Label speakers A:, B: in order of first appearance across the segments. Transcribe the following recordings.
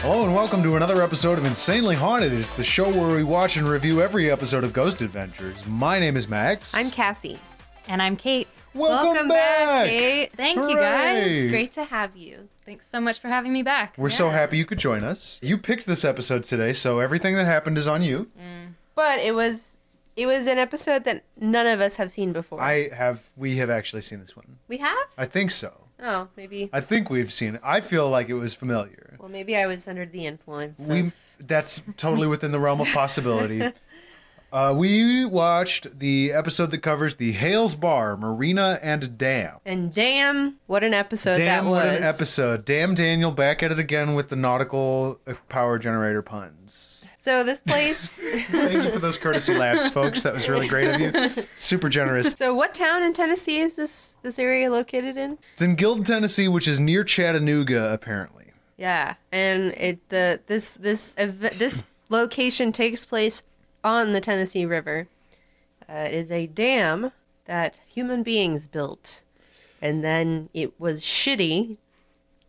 A: Hello and welcome to another episode of Insanely Haunted. It's the show where we watch and review every episode of Ghost Adventures. My name is Max.
B: I'm Cassie.
C: And I'm Kate.
A: Welcome, back.
B: Kate.
C: Thank
A: Hooray.
C: you guys.
B: It's great to have you.
C: Thanks so much for having me back.
A: We're so happy you could join us. You picked this episode today, so everything that happened is on you.
B: Mm. But it was it was an episode that none of us have seen before.
A: I have we have actually seen this one.
B: we have?
A: I think so.
B: oh, maybe.
A: I think we've seen it. I feel like it was familiar.
B: well, maybe I was under the influence. of-
A: We that's totally within the realm of possibility. Uh, we watched the episode that covers the Hales Bar, Marina and Dam.
B: and damn, what an episode
A: Damn,
B: that was.
A: what an episode. Damn, Daniel back at it again with the nautical uh, power generator puns.
B: So this place
A: Thank you for those courtesy laughs, folks. That was really great of you. Super generous.
B: So what town in Tennessee is this this area located in?
A: It's in Guild, Tennessee, which is near Chattanooga, apparently.
B: Yeah. And it the this this ev- this location takes place on the Tennessee River. Uh, it is a dam that human beings built, and then it was shitty,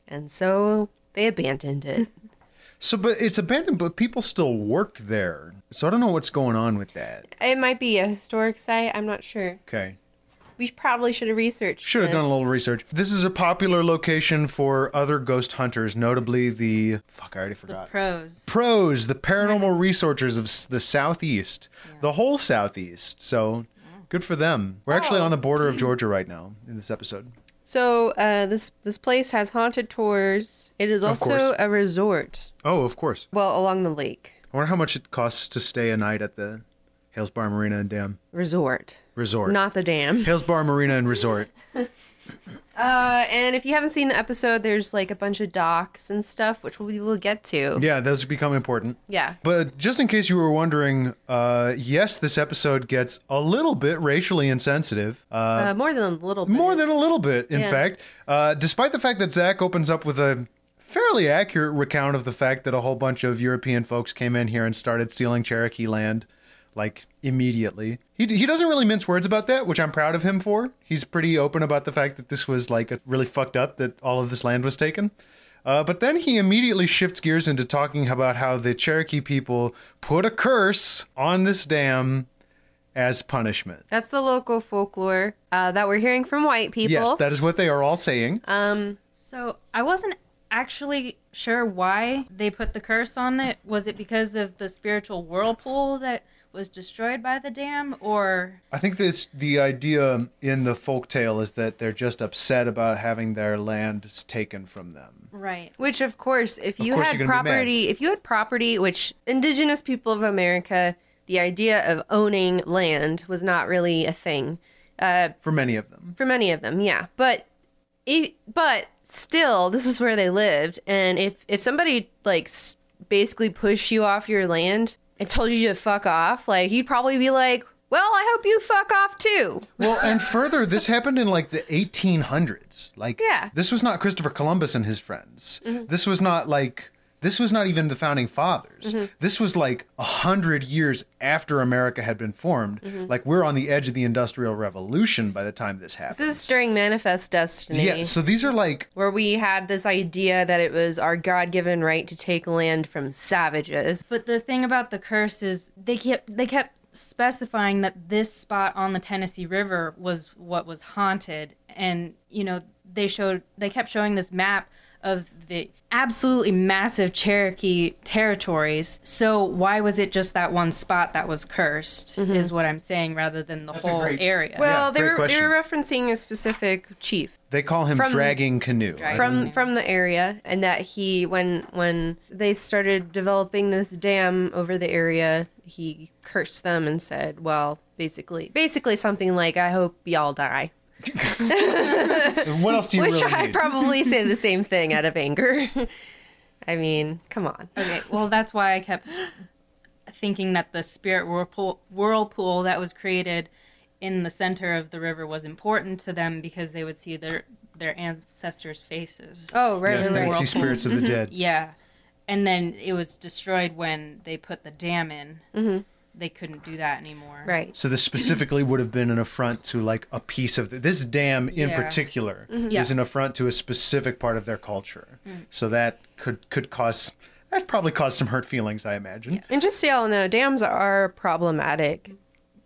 B: and so they abandoned it.
A: So, but it's abandoned, but people still work there. So I don't know what's going on with that.
B: it might be a historic site. I'm not sure.
A: Okay.
B: We probably should have researched.
A: Should have done a
B: this.
A: little research. This is a popular location for other ghost hunters, notably the. Fuck, I already forgot.
C: Pros.
A: pros, the paranormal researchers of s- the Southeast, the whole Southeast. So good for them. We're actually on the border of Georgia right now in this episode.
B: So uh, this this place has haunted tours. It is
A: Of
B: also
A: course.
B: a resort.
A: Oh, of course.
B: Well, along the lake
A: I wonder how much it costs to stay a night at the Hales Bar Marina and Dam
B: resort,
A: Resort.
B: not the dam.
A: Hales Bar Marina and Resort.
B: Uh, and if you haven't seen the episode, there's like a bunch of docs and stuff, which we will get to.
A: Yeah, those become important.
B: Yeah.
A: But just in case you were wondering, uh, yes, this episode gets a little bit racially insensitive. Uh,
B: Uh, more than a little bit.
A: More than a little bit, in
B: Yeah.
A: fact. Uh, despite the fact that Zach opens up with a fairly accurate recount of the fact that a whole bunch of European folks came in here and started stealing Cherokee land, like immediately. He, he doesn't really mince words about that, which I'm proud of him for. He's pretty open about the fact that this was like a, really fucked up that all of this land was taken. Uh, but then he immediately shifts gears into talking about how the Cherokee people put a curse on this dam as punishment.
B: That's the local folklore uh, that we're hearing from white people.
A: Yes, that is what they are all saying.
B: um,
C: So I wasn't actually sure why they put the curse on it. Was it because of the spiritual whirlpool that was destroyed by the dam or
A: I think this the idea in the folktale is that they're just upset about having their land taken from them.
C: right.
B: which, of course, if you
A: course
B: had
A: you're gonna be mad.
B: property, if you had property, which indigenous people of America, the idea of owning land was not really a thing uh,
A: For many of them.
B: for many of them. Yeah, but it, but still, this is where they lived, and if if somebody like s- basically pushed you off your land and told you to fuck off, like you'd probably be like, "Well, I hope you fuck off too."
A: Well, and further, this happened in like the 1800s. Like,
B: Yeah. Mm-hmm.
A: this was not Christopher Columbus and his friends. This was not like this was not even the founding fathers.
B: Mm-hmm.
A: This was like a hundred years after America had been formed.
B: Mm-hmm.
A: Like, we're on the edge of the Industrial Revolution by the time this happens.
B: This is during Manifest Destiny.
A: yeah. So these are like
B: Where we had this idea that it was our God given right to take land from savages.
C: But the thing about the curse is they kept they kept specifying that this spot on the Tennessee River was what was haunted and you know they showed they kept showing this map of the absolutely massive Cherokee territories. So why was it just that one spot that was cursed? Is what I'm saying, rather than the
A: a
C: whole
A: great-
C: area.
B: Well,
A: Yeah,
B: they
A: great
B: were they were referencing a specific chief
A: They call him
B: From-
A: Dragging Canoe.
C: Dragging-
A: right?
B: from from the area, and that he when when they started developing this dam over the area, he cursed them and said, "Well, basically, basically something like, I hope y'all die."
A: What else do you
B: Which
A: really
B: I
A: need?
B: probably say the same thing out of anger. I mean, come on.
C: Okay, well, that's why I kept thinking that the spirit whirlpool, whirlpool that was created in the center of the river was important to them because they would see their their ancestors' faces.
B: Oh, right,
A: yes,
B: right,
A: they
B: right.
A: would see
C: Whirlpool.
A: spirits of the dead.
C: Yeah, and then it was destroyed when they put the dam in. Mm-hmm. They couldn't do that anymore.
B: Right.
A: So this specifically would have been an affront to like a piece of the, this dam in
C: Yeah.
A: particular
C: Yeah.
A: is an affront to a specific part of their culture. So that could could cause that probably caused some hurt feelings, I imagine.
B: And just so y'all know, dams are problematic.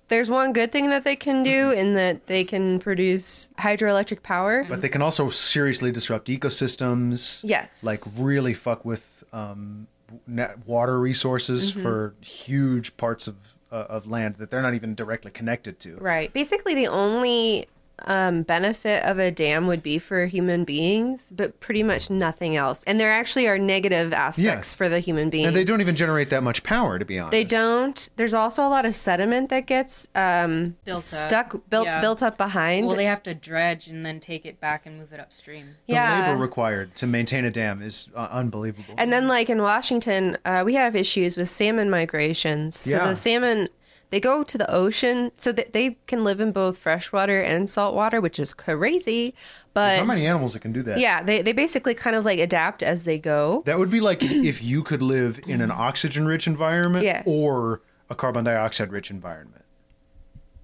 B: There's one good thing that they can do
A: Mm-hmm.
B: in that they can produce hydroelectric power.
A: But they can also seriously disrupt ecosystems.
B: Yes.
A: Like really fuck with um, net water resources for huge parts of uh, of land that they're not even directly connected to.
B: Right. Basically, the only um, benefit of a dam would be for human beings, but pretty much nothing else. And there actually are negative aspects for the human beings.
A: And they don't even generate that much power, to be honest.
B: They don't. There's also a lot of sediment that gets um,
C: Built up.
B: stuck, built
C: Yeah.
B: built up behind.
C: Well, they have to dredge and then take it back and move it upstream.
A: The
B: yeah.
A: labor required to maintain a dam is uh, unbelievable.
B: And then, like in Washington, uh, we have issues with salmon migrations. So
A: Yeah.
B: the salmon, they go to the ocean, so that they can live in both freshwater and saltwater, which is crazy. But
A: How many animals that can do that?
B: yeah, they, they basically kind of like adapt as they go.
A: That would be like if you could live in an oxygen rich environment
B: Yeah.
A: or a carbon dioxide rich environment.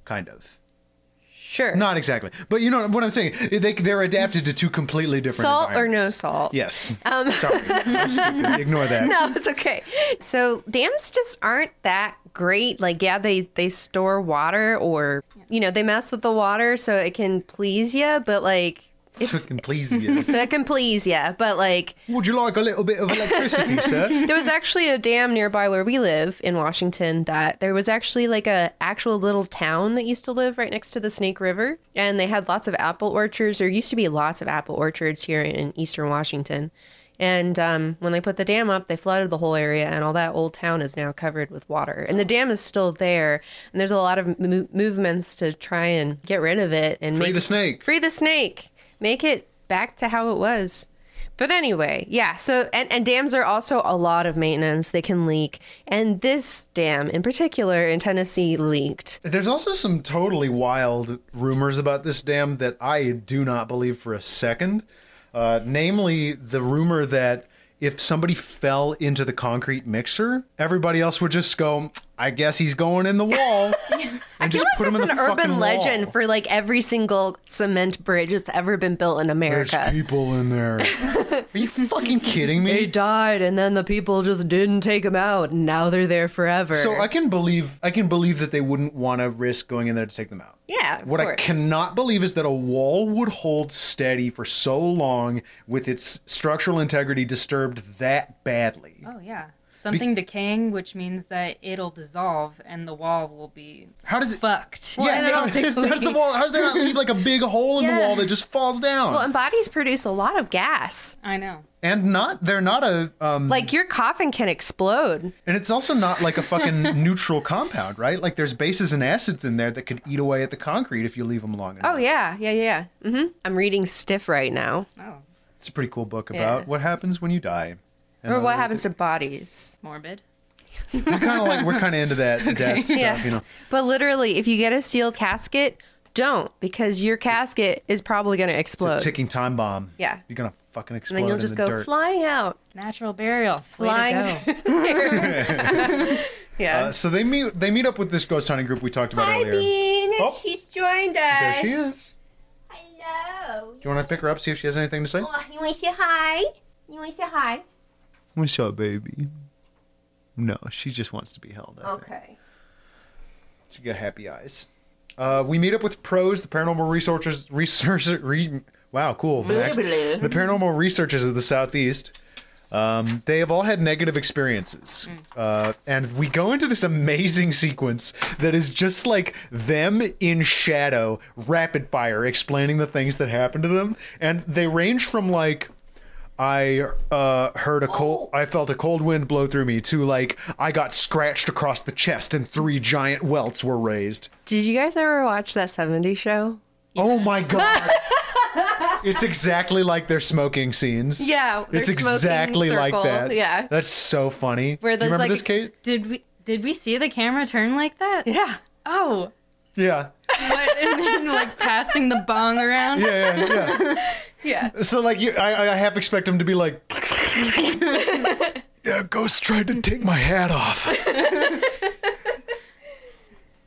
A: Kind of.
B: Sure.
A: Not exactly. But you know what I'm saying? They, they're adapted to two completely different
B: salt or no
A: environments.
B: salt. Um,
A: Yes. Sorry. I'm stupid. Ignore that.
B: No, it's okay. So dams just aren't that great. Like, yeah, they they store water, or you know, they mess with the water so it can please you, but like.
A: So
B: It's,
A: it can please you.
B: so it can please you, but like
A: Would you like a little bit of electricity, sir?
B: there was actually a dam nearby where we live in Washington that there was actually like a actual little town that used to live right next to the Snake River and they had lots of apple orchards. There used to be lots of apple orchards here in eastern Washington. And um, when they put the dam up, they flooded the whole area, and all that old town is now covered with water. And the dam is still there, and there's a lot of mo- movements to try and get rid of it and
A: Free
B: make
A: the snake.
B: free the snake make it back to how it was but anyway yeah so and, and dams are also a lot of maintenance they can leak and this dam in particular in tennessee leaked
A: There's also some totally wild rumors about this dam that I do not believe for a second. Uh, namely, the rumor that if somebody fell into the concrete mixer, everybody else would just go, I guess he's going in the wall. and just put him in the
B: it's an
A: fucking
B: urban
A: wall.
B: legend for like every single cement bridge that's ever been built in
A: There's
B: america
A: people in there. Are you fucking kidding me?
B: they died and then the people just didn't take them out and now they're there forever
A: So I can believe I can believe that they wouldn't want to risk going in there to take them out.
B: yeah of
A: What I
B: course.
A: cannot believe is that a wall would hold steady for so long with its structural integrity disturbed that badly.
C: Oh yeah, something decaying, which means that it'll dissolve and the wall will be
A: How does it?
C: fucked.
A: yeah, how, how's the wall? How does there not leave like a big hole in the
C: Yeah.
A: wall that just falls down?
B: well um, and bodies produce a lot of gas
C: I know.
A: and not they're not a um,
B: like your coffin can explode
A: and it's also not like a fucking neutral compound, right? Like there's bases and acids in there that could eat away at the concrete if you leave them long enough.
B: Oh yeah, yeah, yeah. Mm-hmm. I'm reading Stiff right now,
C: Oh,
A: It's a pretty cool book about
B: Yeah.
A: what happens when you die. And
B: or what
A: other-
B: happens to bodies.
C: morbid.
A: We kind of like we're kind of into that death stuff,
B: Yeah.
A: you know.
B: But literally, if you get a sealed casket, don't because your casket is probably going to
A: It's
B: explode,
A: a ticking time bomb.
B: Yeah.
A: You're gonna fucking explode.
B: and then you'll
A: in
B: just
A: the
B: go
A: dirt.
B: flying out,
C: Natural burial.
B: flying.
C: Way
B: through the air. yeah.
A: Uh, so they meet they meet up with this ghost hunting group we talked about
B: Hi,
A: earlier.
B: Bean.
A: Oh.
B: She's joined
A: There
B: us.
A: she is.
D: Hello.
A: Do you want to pick her up, see if she has anything to say?
D: Oh, you want to say hi? You want to say hi?
A: What's up, baby? No, she just wants to be held. I think.
D: Okay.
A: She got happy eyes. Uh, we meet up with pros, the paranormal researchers, researcher, re, Wow, cool. The,
D: Blue,
A: next-
D: blue.
A: the paranormal researchers of the Southeast, um, they have all had negative experiences. Uh, and we go into this amazing sequence that is just like them in shadow, rapid fire, explaining the things that happened to them. And they range from like. I uh, heard a cold. I felt a cold wind blow through me. To like, I got scratched across the chest, and three giant welts were raised.
B: Did you guys ever watch that 70s show?
A: Oh my god. it's exactly like their smoking scenes.
B: Yeah, their
A: It's
B: smoking
A: exactly like
B: circle,
A: that.
B: yeah.
A: That's so funny.
B: Where
A: Do you
B: there's,
A: remember
B: like,
A: this, Kate?
C: Did we did we see the camera turn like that?
B: Yeah.
C: Oh,
A: Yeah.
C: what, and then like passing the bong around.
A: Yeah, yeah, yeah.
B: Yeah.
A: So like you I I half expect him to be like Yeah, ghost tried to take my hat off.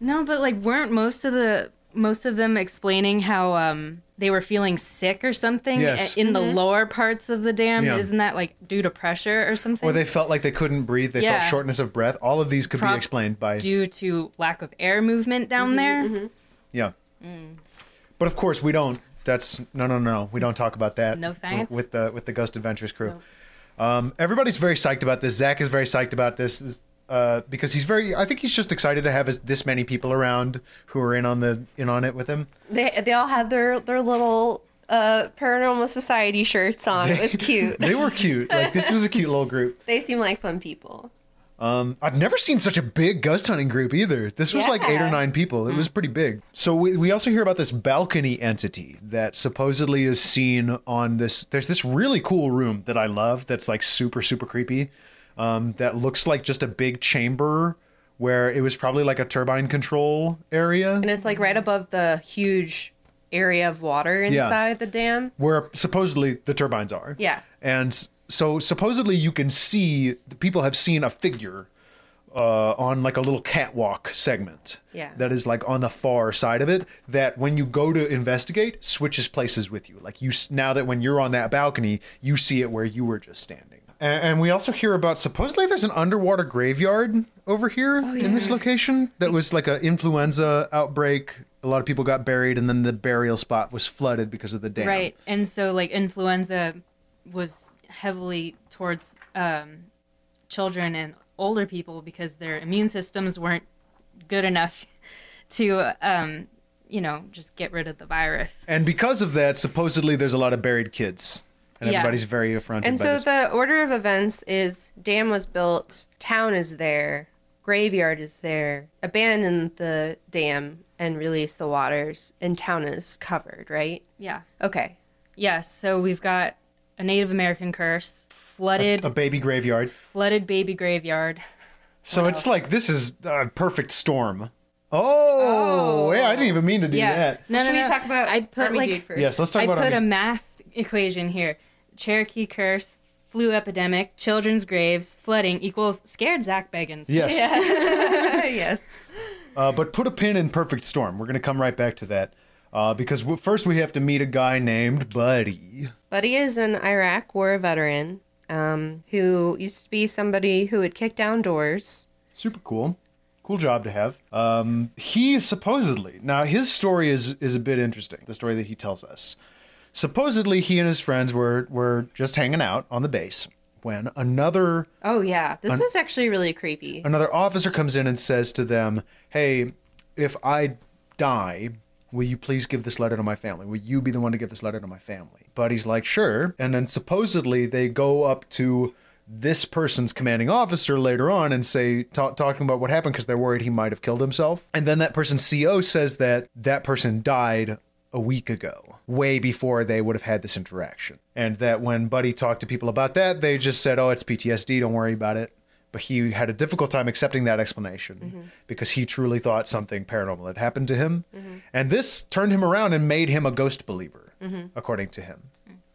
C: No, but like weren't most of the most of them explaining how um they were feeling sick or something
A: Yes. Mm-hmm.
C: a- in the lower parts of the dam?
A: Yeah.
C: Isn't that like due to pressure or something?
A: Or they felt like they couldn't breathe, they
C: Yeah.
A: felt shortness of breath. All of these could be
C: Prob-
A: explained by
C: due to lack of air movement down
A: Mm-hmm.
C: there.
A: Yeah.
B: Mm.
A: But of course, we don't. That's no, no, no. We don't talk about that.
C: No
A: w-
C: science?
A: with the with the Ghost Adventures crew. Um, everybody's very psyched about this. Zach is very psyched about this is- uh, because he's very. I think he's just excited to have his, this many people around who are in on the in on it with him.
B: They they all had their their little uh paranormal society shirts on. It was cute.
A: they were cute. Like this was a cute little group.
B: they seem like fun people.
A: Um, I've never seen such a big ghost hunting group either. This was like eight or
B: Yeah. Mm.
A: nine people. It was pretty big. So we, we also hear about this balcony entity that supposedly is seen on this. There's this really cool room that I love that's like super, super creepy. Um, that looks like just a big chamber where it was probably like a turbine control area
B: And it's like right above the huge area of water
A: Yeah.
B: inside the dam.
A: where supposedly the turbines are.
B: Yeah.
A: And s- so supposedly you can see the people have seen a figure uh, on like a little catwalk segment.
B: Yeah.
A: That is like on the far side of it. That when you go to investigate, switches places with you. Like you s- now that when you're on that balcony, you see it where you were just standing. A- And we also hear about supposedly there's an underwater graveyard over here
B: Oh,
A: in this location that was like an influenza outbreak. A lot of people got buried, and then the burial spot was flooded because of the dam.
C: Right. And so like influenza was heavily towards um, children and older people because their immune systems weren't good enough to um, you know, just get rid of the virus.
A: And because of that, supposedly there's a lot of buried kids, and
C: Yeah.
A: everybody's very affronted.
B: And
A: by
B: so
A: this.
B: the order of events is dam was built, town is there, graveyard is there, abandon the dam and release the waters, and town is covered, right?
C: Yeah.
B: Okay.
C: Yes, so we've got a Native American curse, flooded
A: a baby graveyard.
C: flooded baby graveyard.
A: So it's like this is a perfect storm. Oh, yeah, I didn't even mean to do
C: Yeah.
A: that.
C: No, no,
B: Should
C: no.
B: we talk about
C: I put
B: Army
C: like
B: Dude first?
A: Yes, let's talk
C: I
A: about
C: put a
A: Army-
C: math equation here. Cherokee curse, flu epidemic, children's graves, flooding equals scared Zach Beggins.
A: Yes,
B: yes.
A: uh, but put a pin in perfect storm. We're gonna come right back to that uh, because w- first we have to meet a guy named Buddy.
B: Buddy is an Iraq war veteran um, who used to be somebody who would kick down doors.
A: Super cool, cool job to have. Um, he supposedly now his story is is a bit interesting. The story that he tells us. Supposedly, he and his friends were were just hanging out on the base when another
B: Oh, yeah. This was actually really creepy.
A: another officer comes in and says to them, "Hey, if I die, will you please give this letter to my family? Will you be the one to give this letter to my family?" Buddy's like, "Sure." And then supposedly they go up to this person's commanding officer later on and say ta talking about what happened because they're worried he might have killed himself. And then that person's CO says that that person died a week ago, way before they would have had this interaction. And that when Buddy talked to people about that, they just said, "Oh, it's PTSD, don't worry about it." but he had a difficult time accepting that explanation
B: Mm-hmm.
A: because he truly thought something paranormal had happened to him.
B: Mm-hmm.
A: And this turned him around and made him a ghost believer,
B: Mm-hmm.
A: according to him.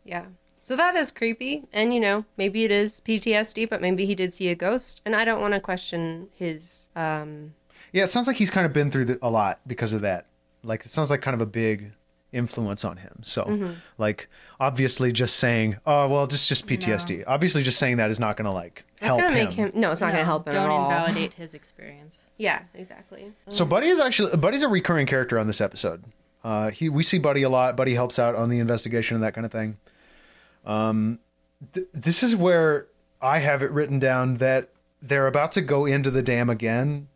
B: Yeah. So that is creepy. And, you know, maybe it is PTSD, but maybe he did see a ghost. And I don't want to question his. Um,
A: Yeah, it sounds like he's kind of been through the, a lot because of that. Like, it sounds like kind of a big influence on him. So,
B: Mm-hmm.
A: like, obviously, just saying, "Oh, well, just just PTSD." Obviously, just saying that is not going to like
B: it's
A: help
B: going to
A: him.
B: make him. No, it's not going
C: No,
B: to help him
C: Don't
B: at all.
C: invalidate his experience.
B: Yeah, exactly.
A: So, Buddy is actually Buddy's a recurring character on this episode. Uh, he we see Buddy a lot. Buddy helps out on the investigation and that kind of thing. Um, th- this is where I have it written down that they're about to go into the dam again,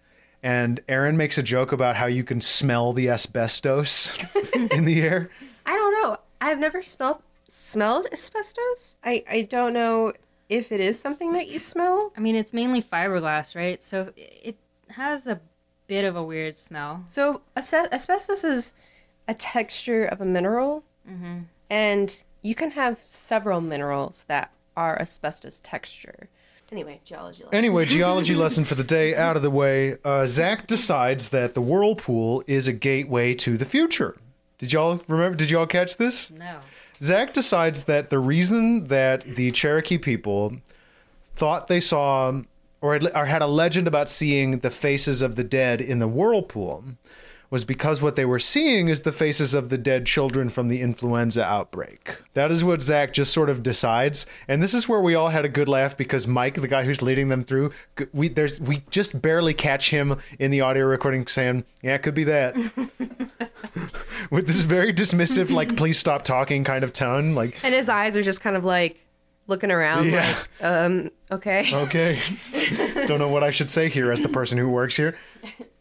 A: and Aaron makes a joke about how you can smell the asbestos in the air.
B: I don't know. I've never smelled smelled asbestos. I I don't know if it is something that you smell.
C: I mean, it's mainly fiberglass, right? So it has a bit of a weird smell.
B: So asbe- asbestos is a texture of a mineral, and you can have several minerals that are asbestos texture. Anyway, geology. lesson.
A: Anyway, geology lesson for the day out of the way. Uh, Zach decides that the whirlpool is a gateway to the future. Did y'all remember? Did y'all catch this?
C: No.
A: Zach decides that the reason that the Cherokee people thought they saw or had, or had a legend about seeing the faces of the dead in the whirlpool was because what they were seeing is the faces of the dead children from the influenza outbreak. That is what Zach just sort of decides, and this is where we all had a good laugh because Mike, the guy who's leading them through, g- we there's we just barely catch him in the audio recording saying, "Yeah, it could be that." With this very dismissive, like, please stop talking kind of tone, like,
B: And his eyes are just kind of like looking around,
A: Yeah. Oh.
B: like, um, okay.
A: okay don't know what i should say here as the person who works here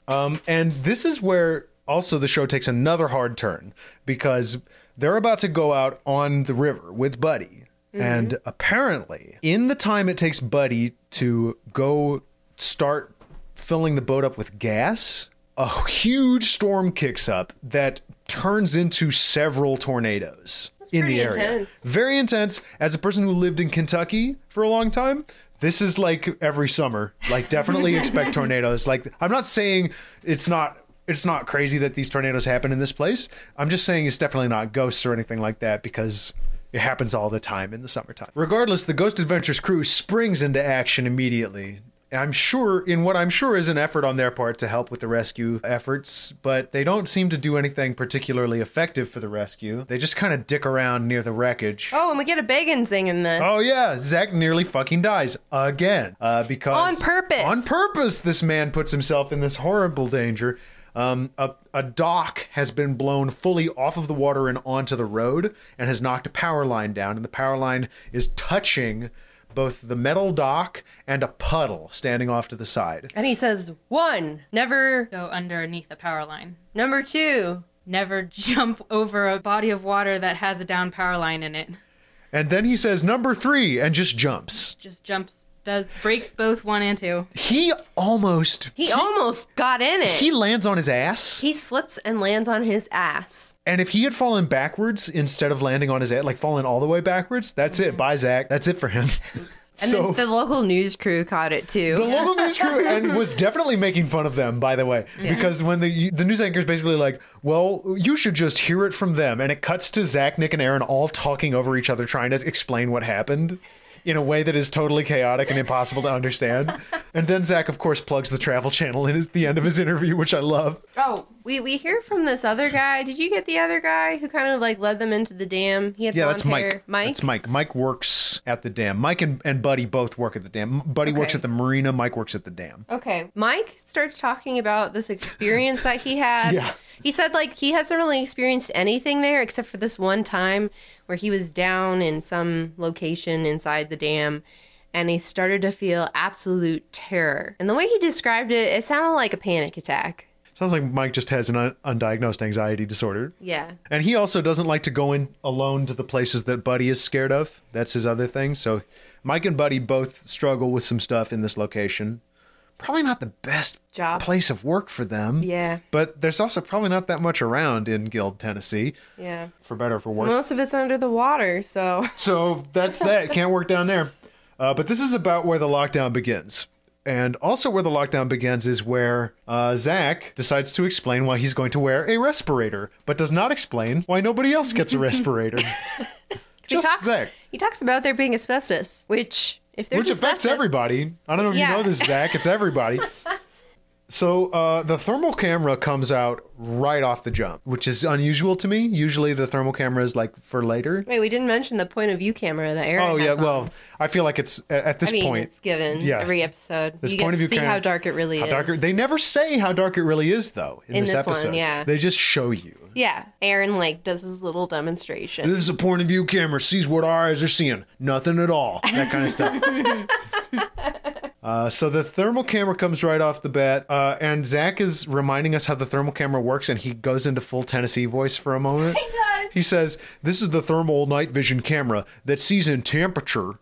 A: um, and this is where also the show takes another hard turn because they're about to go out on the river with buddy and
B: Mm-hmm.
A: apparently in the time it takes buddy to go start filling the boat up with gas a huge storm kicks up that turns into several tornadoes in the
B: pretty
A: area
B: intense.
A: very intense as a person who lived in kentucky for a long time this is like every summer like definitely expect tornadoes like i'm not saying it's not it's not crazy that these tornadoes happen in this place i'm just saying it's definitely not ghosts or anything like that because it happens all the time in the summertime regardless the ghost adventures crew springs into action immediately I'm sure in what I'm sure is an effort on their part to help with the rescue efforts, but they don't seem to do anything particularly effective for the rescue. They just kind of dick around near the wreckage.
B: Oh, and we get a bacon zing in this.
A: Oh yeah, Zach nearly fucking dies again uh, because
B: On purpose.
A: On purpose, this man puts himself in this horrible danger. Um, a, a dock has been blown fully off of the water and onto the road, and has knocked a power line down. And the power line is touching both the metal dock and a puddle standing off to the side.
B: And he says, one, never,
C: Go underneath the power line.
B: number two.
C: Never jump over a body of water that has a down power line in it.
A: And then he says number three and just jumps.
C: Just jumps, does breaks both one and two.
A: He almost
B: He, almost got in it.
A: he lands on his ass.
B: He slips and lands on his ass.
A: And if he had fallen backwards instead of landing on his head, like falling all the way backwards, that's it. Bye, Zach. That's it for him.
B: And
A: so
B: then the local news crew caught it too.
A: the local news crew and was definitely making fun of them, by the way, because when the the news anchor is basically like, "Well, you should just hear it from them," and it cuts to Zach, Nick, and Aaron all talking over each other, trying to explain what happened. In a way that is totally chaotic and impossible to understand. And then Zach, of course, plugs the Travel Channel in his, the end of his interview, which I love.
B: oh, we, we hear from this other guy. Did you get the other guy who kind of like led them into the dam? He had
A: Yeah,
B: blonde
A: that's
B: hair.
A: Mike.
B: Mike.
A: That's Mike. Mike works at the dam. Mike and, and Buddy both work at the dam. M- Buddy works
B: Okay.
A: at the marina. Mike works at the dam.
B: Okay. Mike starts talking about this experience that he had.
A: Yeah.
B: He said like he hasn't really experienced anything there except for this one time where he was down in some location inside the dam and he started to feel absolute terror. And the way he described it, it sounded like a panic attack.
A: Sounds like Mike just has an un- undiagnosed anxiety disorder.
B: Yeah.
A: And he also doesn't like to go in alone to the places that Buddy is scared of. That's his other thing. So Mike and Buddy both struggle with some stuff in this location. Probably not the best
B: Job.
A: place of work for them.
B: Yeah.
A: But there's also probably not that much around in Guild, Tennessee,
B: Yeah.
A: for better or for worse.
B: Most of it's under the water, so
A: So that's that. Can't work down there. Uh, but this is about where the lockdown begins. And also, where the lockdown begins is where uh, Zach decides to explain why he's going to wear a respirator, but does not explain why nobody else gets a respirator. Just
B: he talks
A: Zach,
B: he talks about there being asbestos, which if there's
A: which affects
B: asbestos,
A: everybody. I don't know if
B: Yeah.
A: you know this, Zach. It's everybody. So uh, the thermal camera comes out right off the jump, which is unusual to me. Usually the thermal camera is like for later.
B: Wait, we didn't mention the point of view camera that Aaron
A: Oh yeah,
B: has on.
A: well, I feel like it's at- at this
B: I mean,
A: point.
B: it's given
A: yeah.
B: every episode.
A: This
B: you
A: point of
B: get to
A: view
B: see
A: camera-
B: how dark it really
A: How
B: is.
A: dark it- they never say how dark it really is though in,
B: In this one,
A: episode.
B: yeah.
A: They just show you.
B: yeah, Aaron like does his little demonstration.
A: This is a point of view camera, sees what our eyes are seeing. Nothing at all. That kind of stuff. Uh, so the thermal camera comes right off the bat, uh, and Zach is reminding us how the thermal camera works, and he goes into full Tennessee voice for a moment.
D: He does.
A: He says, "This is the thermal night vision camera that sees in temperature."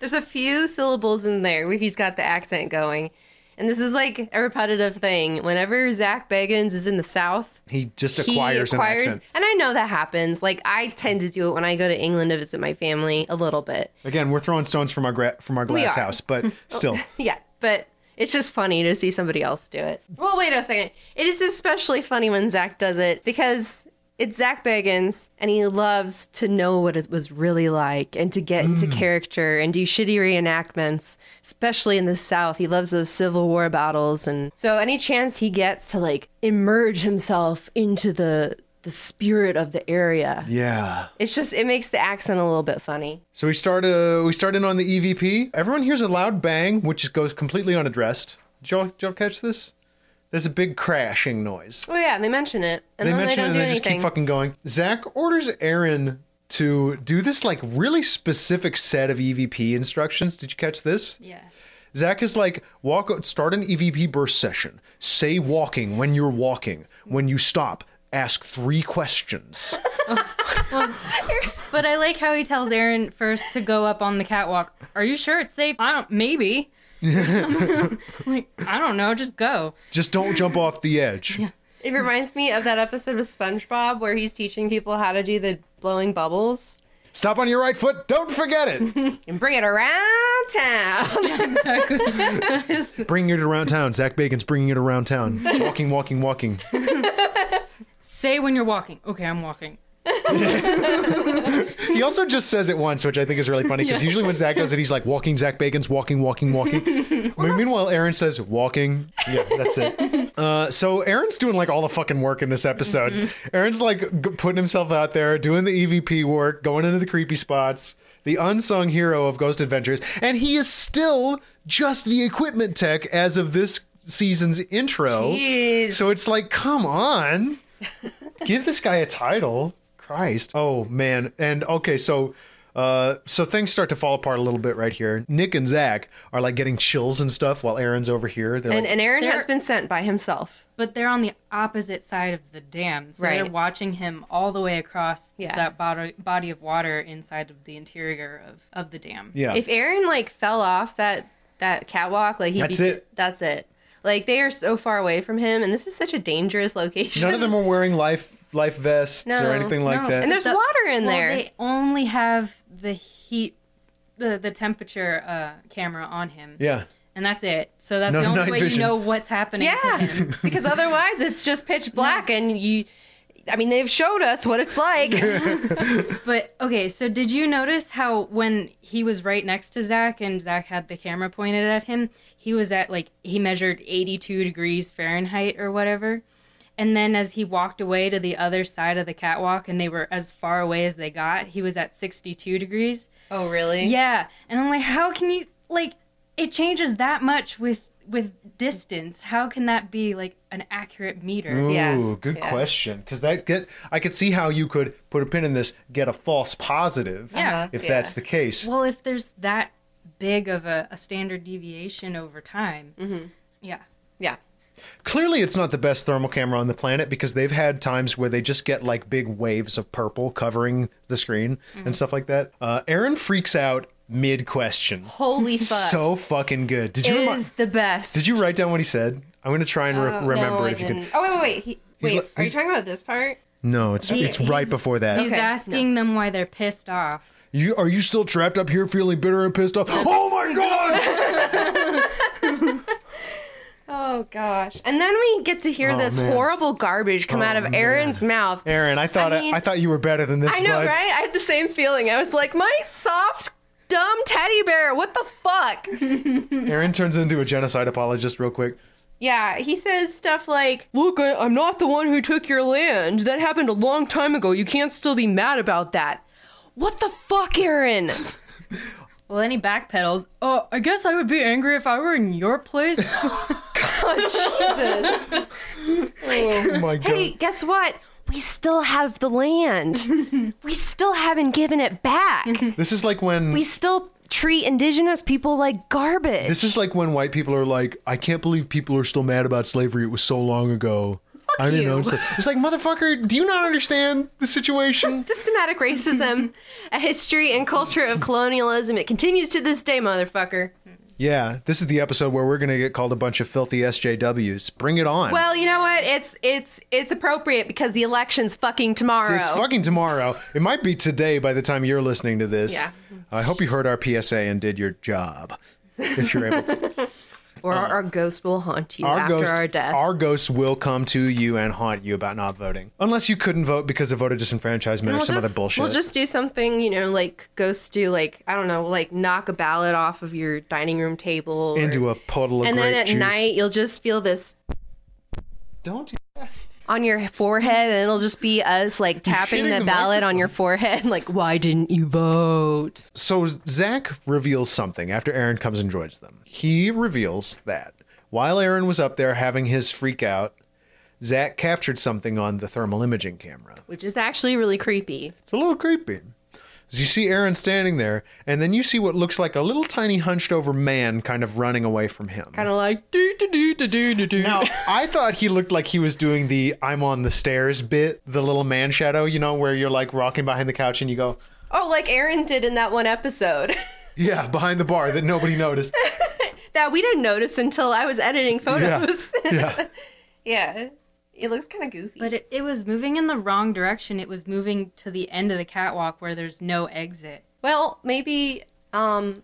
B: There's a few syllables in there where he's got the accent going. And this is like a repetitive thing. Whenever Zach Bagans is in the South,
A: He just
B: he
A: acquires, an accent.
B: And I know that happens. Like I tend to do it when I go to England to visit my family a little bit.
A: Again, we're throwing stones from our gra- from our glass
B: are.
A: house, but still,
B: Yeah, but it's just funny to see somebody else do it. Well, wait a second. It is especially funny when Zach does it because it's Zach Bagans and he loves to know what it was really like and to get into
A: Mm.
B: character and do shitty reenactments, especially in the South. He loves those Civil War battles. And so any chance he gets to like immerse himself into the the spirit of the area.
A: yeah.
B: It's just it makes the accent a little bit funny.
A: So we start uh, we start in on the EVP. Everyone hears a loud bang, which just goes completely unaddressed. Did y'all, did y'all catch this? There's a big crashing noise.
B: Oh yeah, they mention it. And
A: They
B: then they
A: mention
B: don't
A: it and
B: do
A: they
B: anything.
A: just keep fucking going. Zach orders Aaron to do this like really specific set of EVP instructions. Did you catch this?
C: Yes.
A: Zach is like, walk, start an EVP burst session. Say walking when you're walking. When you stop, ask three questions.
C: But I like how he tells Aaron first to go up on the catwalk. Are you sure it's safe? I don't. Maybe. like I don't know. Just go.
A: Just don't jump off the edge.
B: It reminds me of that episode of SpongeBob where he's teaching people how to do the blowing bubbles
A: Stop on your right foot. Don't forget it.
B: and bring it around town.
C: Exactly.
A: Bringing it around town. Zach Bacon's bringing it around town. Walking, walking, walking.
C: Say when you're walking. Okay, I'm walking.
A: He also just says it once, which I think is really funny because usually when Zach does it, he's like walking. Zach Bacon's walking, walking, walking. But meanwhile, Aaron says walking. Yeah, that's it. Uh, so Aaron's doing like all the fucking work in this episode.
B: Mm-hmm.
A: Aaron's like g- putting himself out there, doing the EVP work, going into the creepy spots. The unsung hero of Ghost Adventures, and he is still just the equipment tech as of this season's intro.
B: Jeez.
A: So it's like, come on give this guy a title christ oh man and okay so uh so things start to fall apart a little bit right here nick and zach are like getting chills and stuff while aaron's over here they're
B: And,
A: like
B: and Aaron
C: There-
B: has been sent by himself.
C: But they're on the opposite side of the dam, so they're
B: Right.
C: watching him all the way across
B: Yeah.
C: that body, body of water inside of the interior of, of the dam.
A: yeah
B: If Aaron like fell off that that catwalk, like he
A: That's it.
B: That's it. Like they are so far away from him, and this is such a dangerous location.
A: none of them are wearing life life vests
B: No,
A: or anything like
C: no.
A: that
B: And there's
C: The-
B: water in
C: well,
B: there.
C: They only have the heat, the the temperature uh, camera on him,
A: yeah
C: and that's it. So that's
A: No
C: the
A: night
C: only way
A: vision.
C: you know what's happening to
B: yeah,
C: him.
B: because otherwise it's just pitch black, and you. I mean, they've showed us what it's like.
C: But okay, so did you notice how when he was right next to Zach and Zach had the camera pointed at him, he was at like he measured 82 degrees Fahrenheit or whatever. And then as he walked away to the other side of the catwalk and they were as far away as they got, he was at 62 degrees.
B: oh, really?
C: Yeah. And I'm like, how can you like it changes that much with with distance? How can that be like an accurate meter?
A: Ooh,
B: Yeah.
A: good
B: Yeah.
A: question. Because that get, I could see how you could put a pin in this, get a false positive,
C: Yeah.
A: if
B: Uh-huh. Yeah.
A: that's the case.
C: Well, if there's that big of a, a standard deviation over time, yeah.
B: Yeah.
A: clearly it's not the best thermal camera on the planet because they've had times where they just get like big waves of purple covering the screen
B: Mm-hmm.
A: and stuff like that. Uh, Aaron freaks out mid question.
B: Holy fuck.
A: So fucking good. Did you remi-
B: is the best.
A: did you write down what he said? I'm gonna try and re- remember
B: no, I
A: if you
B: didn't.
A: can.
B: Oh wait, wait, wait. He,
A: He's
B: wait,
A: li-
B: are you
A: he's-
B: talking about this part?
A: No, it's it's
C: he's-
A: right before that.
C: He's
B: Okay,
C: asking them why they're pissed off.
A: You are you still trapped up here feeling bitter and pissed off? Oh my god!
B: Oh gosh. And then we get to hear
A: Oh,
B: this
A: man. Oh,
B: horrible garbage come out of Aaron's mouth.
A: Aaron, I thought I,
B: I mean-
A: I thought you were better than this.
B: I know,
A: bud.
B: right? I had the same feeling. I was like, my soft dumb teddy bear. What the fuck?
A: Aaron turns into a genocide apologist real quick.
B: Yeah, he says stuff like, Look, I, I'm not the one who took your land. That happened a long time ago. You can't still be mad about that. What the fuck, Aaron?
C: Well, then he backpedals. Oh, I guess I would be angry if I were in your place.
B: Jesus.
A: Oh my god.
B: Hey, guess what? We still have the land. we still haven't given it back.
A: This is like when
B: we still treat indigenous people like garbage.
A: this is like when white people are like, I can't believe people are still mad about slavery. It was so long ago. I didn't
B: you.
A: know. It's like, it's like, motherfucker, do you not understand the situation?
B: Systematic racism, a history and culture of colonialism. It continues to this day, motherfucker.
A: yeah, this is the episode where we're gonna get called a bunch of filthy SJWs. Bring it on.
B: Well, you know what? It's it's it's appropriate because the election's fucking tomorrow.
A: It's fucking tomorrow. It might be today by the time you're listening to this.
B: Yeah.
A: I hope you heard our PSA and did your job. If you're able to.
B: or our ghost will haunt you after
A: uh, ghost-
B: our death.
A: our ghosts will come to you and haunt you about not voting. Unless you couldn't vote because of voter disenfranchisement or
B: we'll
A: some
B: just,
A: other bullshit.
B: We'll just do something, you know, like ghosts do, like I don't know, like knock a ballot off of your dining room table, or-
A: into a puddle of
B: and
A: grape
B: then at
A: juice.
B: night you'll just feel this
A: Don't
B: on your forehead, and it'll just be us like tapping
A: hitting
B: the,
A: the
B: ballot on your forehead, like why didn't you vote?
A: So Zach reveals something after Aaron comes and joins them. He reveals that while Aaron was up there having his freak out, Zach captured something on the thermal imaging camera.
B: Which is actually really creepy.
A: It's a little creepy. As you see Aaron standing there, and then you see what looks like a little tiny hunched over man kind of running away from him.
B: Kind of like do do do do do do do.
A: Now, I thought he looked like he was doing the I'm on the stairs bit, the little man shadow, you know, where you're like rocking behind the couch and you go,
B: Oh, like Aaron did in that one episode.
A: yeah, behind the bar that nobody noticed.
B: that we didn't notice until I was
A: Yeah.
B: editing photos.
A: yeah.
B: Yeah. It looks kind of goofy.
C: but it, it was moving in the wrong direction. It was moving to the end of the catwalk where there's no exit.
B: well, maybe um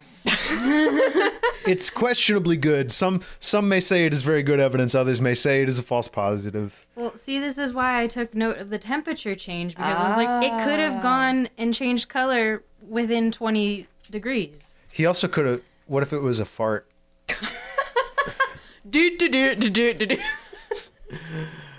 A: It's questionably good. Some some may say it is very good evidence, others may say it is a false positive.
C: Well, see, this is why I took note of the temperature change because I was like, it could have gone and changed color within 20 degrees.
A: He also could have what if it was a fart?
B: do do do do do do.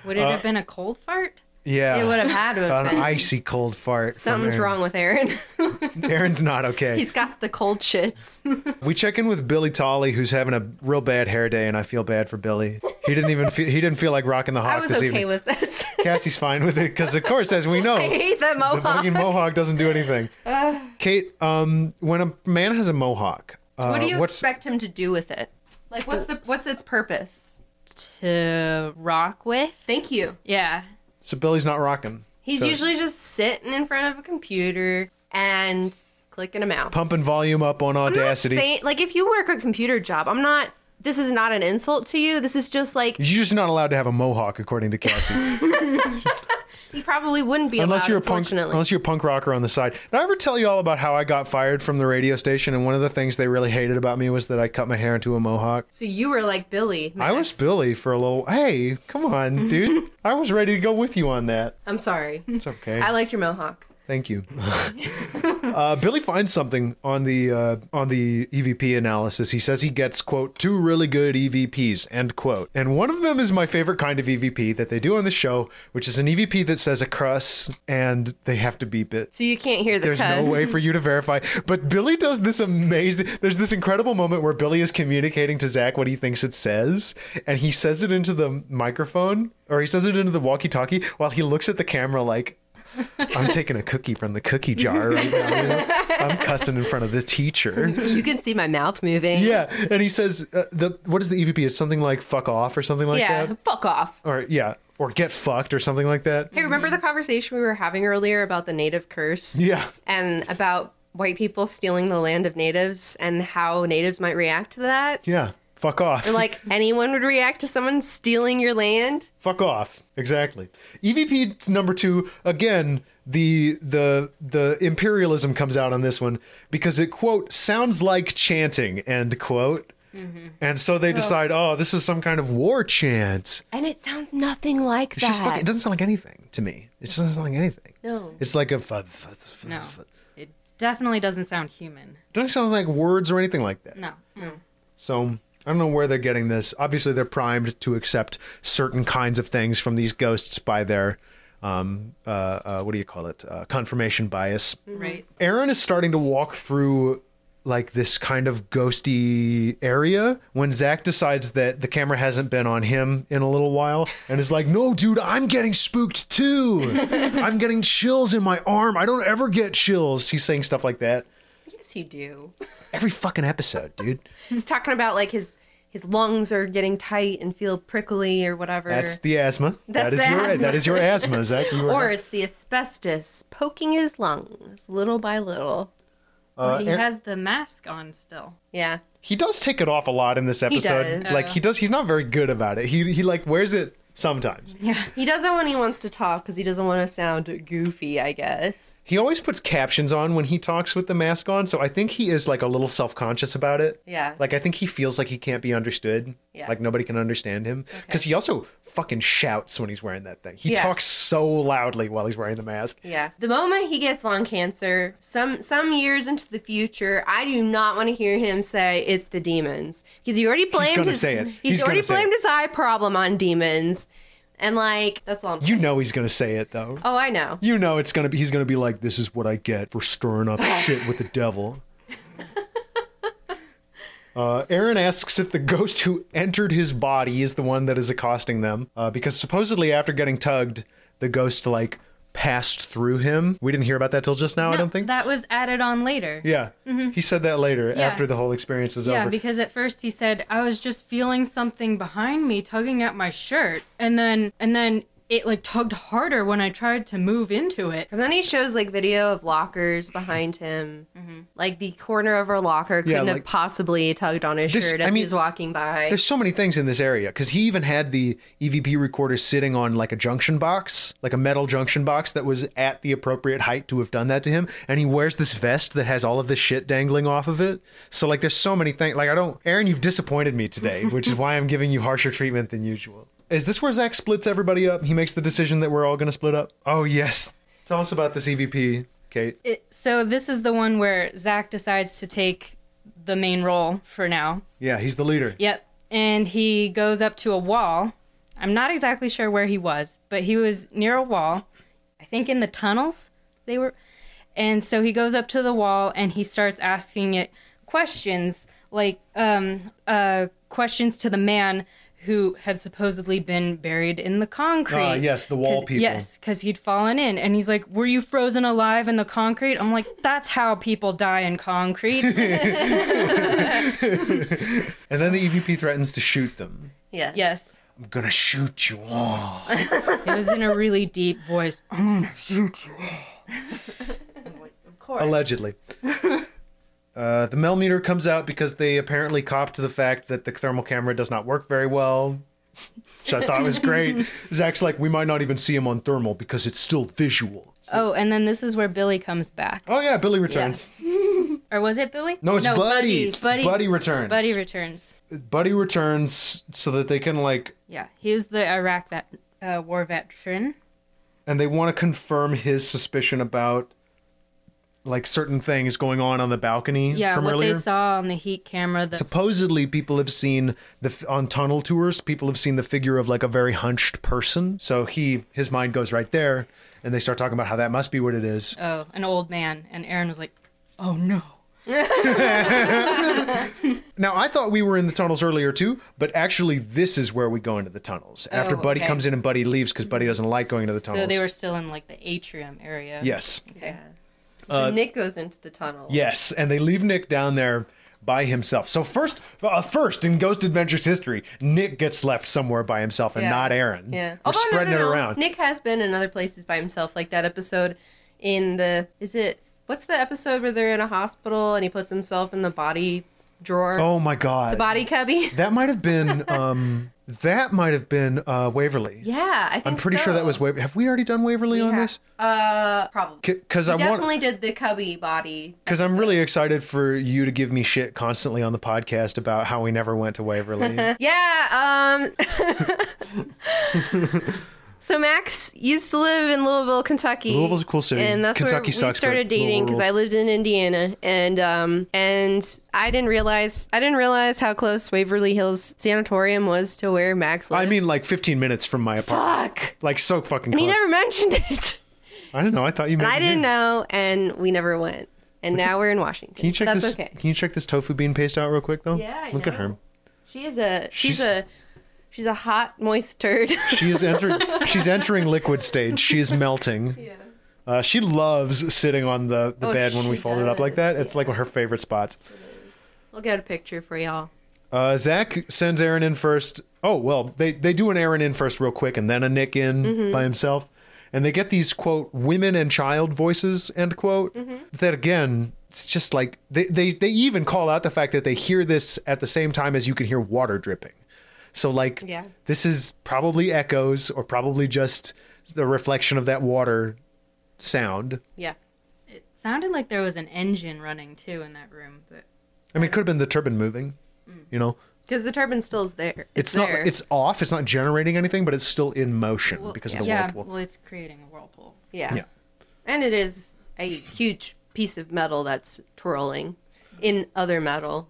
C: Would it have been a cold fart?
A: Yeah.
B: It would have had to have
A: an
B: been.
A: icy cold fart. from
B: Something's
A: Aaron.
B: wrong with Aaron.
A: Aaron's not okay.
B: He's got the cold shits.
A: We check in with Billy Tolly, who's having a real bad hair day, and I feel bad for Billy. He didn't even feel, he didn't feel like rocking the hawk
B: I was
A: this
B: okay
A: evening.
B: with this.
A: Cassie's fine with it because, of course, as we know,
B: I hate Uh. that
A: the fucking
B: mohawk.
A: mohawk doesn't do anything. Kate, um, when a man has a mohawk, uh,
B: what do you
A: what's
B: expect him to do with it? Like what's the what's its purpose?
C: To rock with?
B: Thank you.
C: Yeah.
A: so Billy's not rocking.
B: He's
A: So-
B: usually just sitting in front of a computer and clicking a mouse.
A: pumping volume up on
B: I'm not
A: Audacity.
B: saying- like if you work a computer job, I'm not. This is not an insult to you. This is just like
A: You're just not allowed to have a mohawk, according to Cassie,
B: you probably wouldn't be
A: unless
B: allowed,
A: you're a punk.
B: unfortunately.
A: Unless you're a punk rocker on the side. Did I ever tell you all about how I got fired from the radio station? And one of the things they really hated about me was that I cut my hair into a mohawk.
B: so you were like Billy.
A: I was Billy for a little. Hey, come on, dude. I was ready to go with you on that.
B: I'm sorry.
A: It's okay.
B: I liked your mohawk.
A: Thank you. uh, Billy finds something on the uh, on the EVP analysis. He says he gets quote two really good EVPs end quote, and one of them is my favorite kind of EVP that they do on the show, which is an EVP that says a cuss and they have to beep it.
B: So you can't hear the
A: There's
B: cuss.
A: no way for you to verify. But Billy does this amazing. There's this incredible moment where Billy is communicating to Zach what he thinks it says, and he says it into the microphone, or he says it into the walkie-talkie, while he looks at the camera like, "I'm taking a cookie from the cookie jar right now. you know? I'm cussing in front of the teacher."
B: You can see my mouth moving.
A: Yeah, and he says, uh, "The what is the EVP? It's something like fuck off or something like
B: Yeah,
A: that,
B: Fuck off.
A: or yeah, or get fucked or something like that."
B: Hey, remember the conversation we were having earlier about the native curse
A: Mm. Yeah,
B: and about white people stealing the land of natives and how natives might react to that?
A: yeah, fuck off.
B: Or like anyone would react to someone stealing your land?
A: Fuck off. Exactly. EVP number two. Again, the the the imperialism comes out on this one because it quote sounds like chanting end quote, and so they decide, oh, this is some kind of war chant.
B: And it sounds nothing like
A: It's
B: that.
A: just fucking. It doesn't sound like anything to me. It just doesn't sound like anything.
B: No.
A: It's like a f- f- f- f-
C: No.
A: f-
C: It Definitely doesn't sound human.
A: Doesn't sound like words or anything like that.
C: No.
A: So I don't know where they're getting this. Obviously, they're primed to accept certain kinds of things from these ghosts by their, um, uh, uh, what do you call it? Uh, confirmation bias.
C: Right.
A: Aaron is starting to walk through like this kind of ghosty area when Zach decides that the camera hasn't been on him in a little while and is like, No, dude, I'm getting spooked too. I'm getting chills in my arm. I don't ever get chills. He's saying stuff like that
B: Yes, you do.
A: every fucking episode, dude.
B: He's talking about like his his lungs are getting tight and feel prickly or whatever.
A: That's the asthma. That
B: That's
A: is
B: the
A: your
B: asthma.
A: that is your asthma, Zach. You are-
B: or it's the asbestos poking his lungs little by little.
A: uh,
C: he
A: Aaron-
C: has the mask on still.
B: Yeah.
A: he does take it off a lot in this episode.
B: does.
A: Like he does. He's not very good about it. He he like wears it sometimes.
B: He does it when he wants to talk because he doesn't want to sound goofy, I guess.
A: He always puts captions on when he talks with the mask on, so I think he is like a little self conscious about it.
B: Yeah.
A: Like I think he feels like he can't be understood.
B: Yeah.
A: Like nobody can understand him because he also fucking shouts when he's wearing that thing. He
B: Yeah.
A: talks so loudly while he's wearing the mask.
B: Yeah. The moment he gets lung cancer, some some years into the future, I do not want to hear him say it's the demons because he already blamed
A: gonna
B: his
A: say it.
B: he's,
A: He's
B: already
A: gonna say
B: blamed
A: it.
B: his eye problem on demons, and like that's all. I'm
A: You know he's gonna say it though.
B: oh, I know.
A: You know it's gonna be he's gonna be like, This is what I get for stirring up shit with the devil. Uh, Aaron asks if the ghost who entered his body is the one that is accosting them, uh, because supposedly after getting tugged, the ghost like passed through him. We didn't hear about that till just now, I
C: No,
A: don't think.
C: that was added on later.
A: yeah, he said that later
C: Yeah.
A: after the whole experience was
C: Yeah,
A: over.
C: because at first he said I was just feeling something behind me tugging at my shirt, and then and then it like tugged harder when I tried to move into it.
B: And then he shows like video of lockers behind him, like the corner of a locker couldn't
A: like-
B: have possibly tugged on his
A: This-
B: shirt
A: I
B: as
A: mean,
B: he was walking by.
A: There's so many things in this area because he even had the EVP recorder sitting on like a junction box, like a metal junction box that was at the appropriate height to have done that to him. And he wears this vest that has all of this shit dangling off of it. So like, there's so many things. Like, I don't, Aaron, you've disappointed me today, which is why I'm giving you harsher treatment than usual. Is this where Zach splits everybody up? He makes the decision that we're all going to split up. Oh yes. Tell us about this EVP, Kate.
C: It, so this is the one where Zach decides to take the main role for now.
A: Yeah, he's the leader.
C: Yep. And he goes up to a wall. I'm not exactly sure where he was, but he was near a wall. I think in the tunnels they were. And so he goes up to the wall and he starts asking it questions, like um, uh, questions to the man who had supposedly been buried in the concrete.
A: Ah, yes, the wall
C: 'Cause-
A: people.
C: Yes, because he'd fallen in. And he's like, Were you frozen alive in the concrete? I'm like, That's how people die in concrete.
A: And then the EVP threatens to shoot them.
B: yeah.
C: yes.
A: I'm going to shoot you all.
C: It was in a really deep voice.
B: Of course.
A: Allegedly. uh, the mel meter comes out because they apparently cop to the fact that the thermal camera does not work very well. Which I thought was great. Zach's like, we might not even see him on thermal because it's still visual.
C: Oh, and then this is where Billy comes back.
A: Oh yeah, Billy returns.
C: Or was it Billy?
A: No, it's Buddy.
C: Buddy. Buddy,
A: Buddy returns.
C: Buddy returns.
A: Buddy returns so that they can like,
C: Yeah, he was the Iraq vet, uh, war veteran.
A: and they want to confirm his suspicion about like certain things going on on the balcony
C: Yeah,
A: from
C: what
A: earlier.
C: they saw on the heat camera. The,
A: supposedly people have seen the f- on tunnel tours people have seen the figure of like a very hunched person so he his mind goes right there and they start talking about how that must be what it is
C: oh, an old man. And Aaron was like, "Oh no."
A: now i thought we were in the tunnels earlier too but actually this is where we go into the tunnels after
C: Oh,
A: buddy
C: okay.
A: comes in and buddy leaves because buddy doesn't like going to the tunnels
C: So they were still in like the atrium area.
A: yes
C: Okay.
B: So
A: uh,
B: Nick goes into the tunnel.
A: Yes, and they leave Nick down there by himself. So first, uh, first in Ghost Adventures history, Nick gets left somewhere by himself, and
B: Yeah.
A: not Aaron.
B: Yeah.
A: we're
B: Although, no,
A: spreading
B: no, no.
A: it around.
B: Nick has been in other places by himself, like that episode in the is it what's the episode where they're in a hospital and he puts himself in the body drawer,
A: oh my God!
B: body cubby?
A: That might have been um that might have been uh Waverly.
B: yeah, I think
A: I'm pretty sure that was
B: so.
A: Waverly. Have we already done Waverly on
B: Yeah.
A: this?
B: Uh, probably.
A: Cuz I want
B: Definitely did the cubby body.
A: cuz I'm really excited for you to give me shit constantly on the podcast about how we never went to Waverly.
B: Yeah. Um. So Max used to live in Louisville, Kentucky.
A: Louisville's a cool city.
B: And that's
A: Kentucky
B: where
A: sucks,
B: we started
A: but
B: dating
A: Louisville
B: because I
A: rules.
B: lived in Indiana, and um, and I didn't realize I didn't realize how close Waverly Hills Sanatorium was to where Max lived.
A: I mean, like 15 minutes from my apartment.
B: fuck.
A: Like so fucking
B: And he
A: close.
B: never mentioned it,
A: I don't know. I thought you.
B: and
A: meant
B: I
A: you
B: didn't
A: knew.
B: know, and we never went. And now we're in Washington.
A: Can you check
B: That's
A: this?
B: okay.
A: Can you check this tofu bean paste out real quick though?
B: Yeah, I
A: Look at
B: know.
A: her.
B: She is a she's,
A: She's-
B: a she's a hot moist turd.
A: She's entering. she's entering liquid stage. She's melting. Yeah. Uh, she loves sitting on the, the
B: Oh,
A: bed when we
B: she
A: fold it up like that.
B: does,
A: It's like one of her favorite spots.
B: we'll get a picture for y'all.
A: Uh, Zach sends Aaron in first. Oh well, they they do an Aaron in first real quick, and then a Nick in by himself, and they get these quote women and child voices end quote. That again, it's just like they, they they even call out the fact that they hear this at the same time as you can hear water dripping. So like,
B: Yeah.
A: this is probably echoes or probably just the reflection of that water sound.
B: Yeah.
C: It sounded like there was an engine running too in that room, but
A: I mean, it could have been the turbine moving. You know,
B: Because the turbine still's there.
A: it's,
B: It's,
A: not
B: there.
A: it's off. It's not generating anything, but it's still in motion
C: well,
A: because of the
C: yeah,
A: whirlpool.
C: well, it's creating a whirlpool.
B: yeah.
A: Yeah.
B: And it is a huge piece of metal that's twirling in other metal.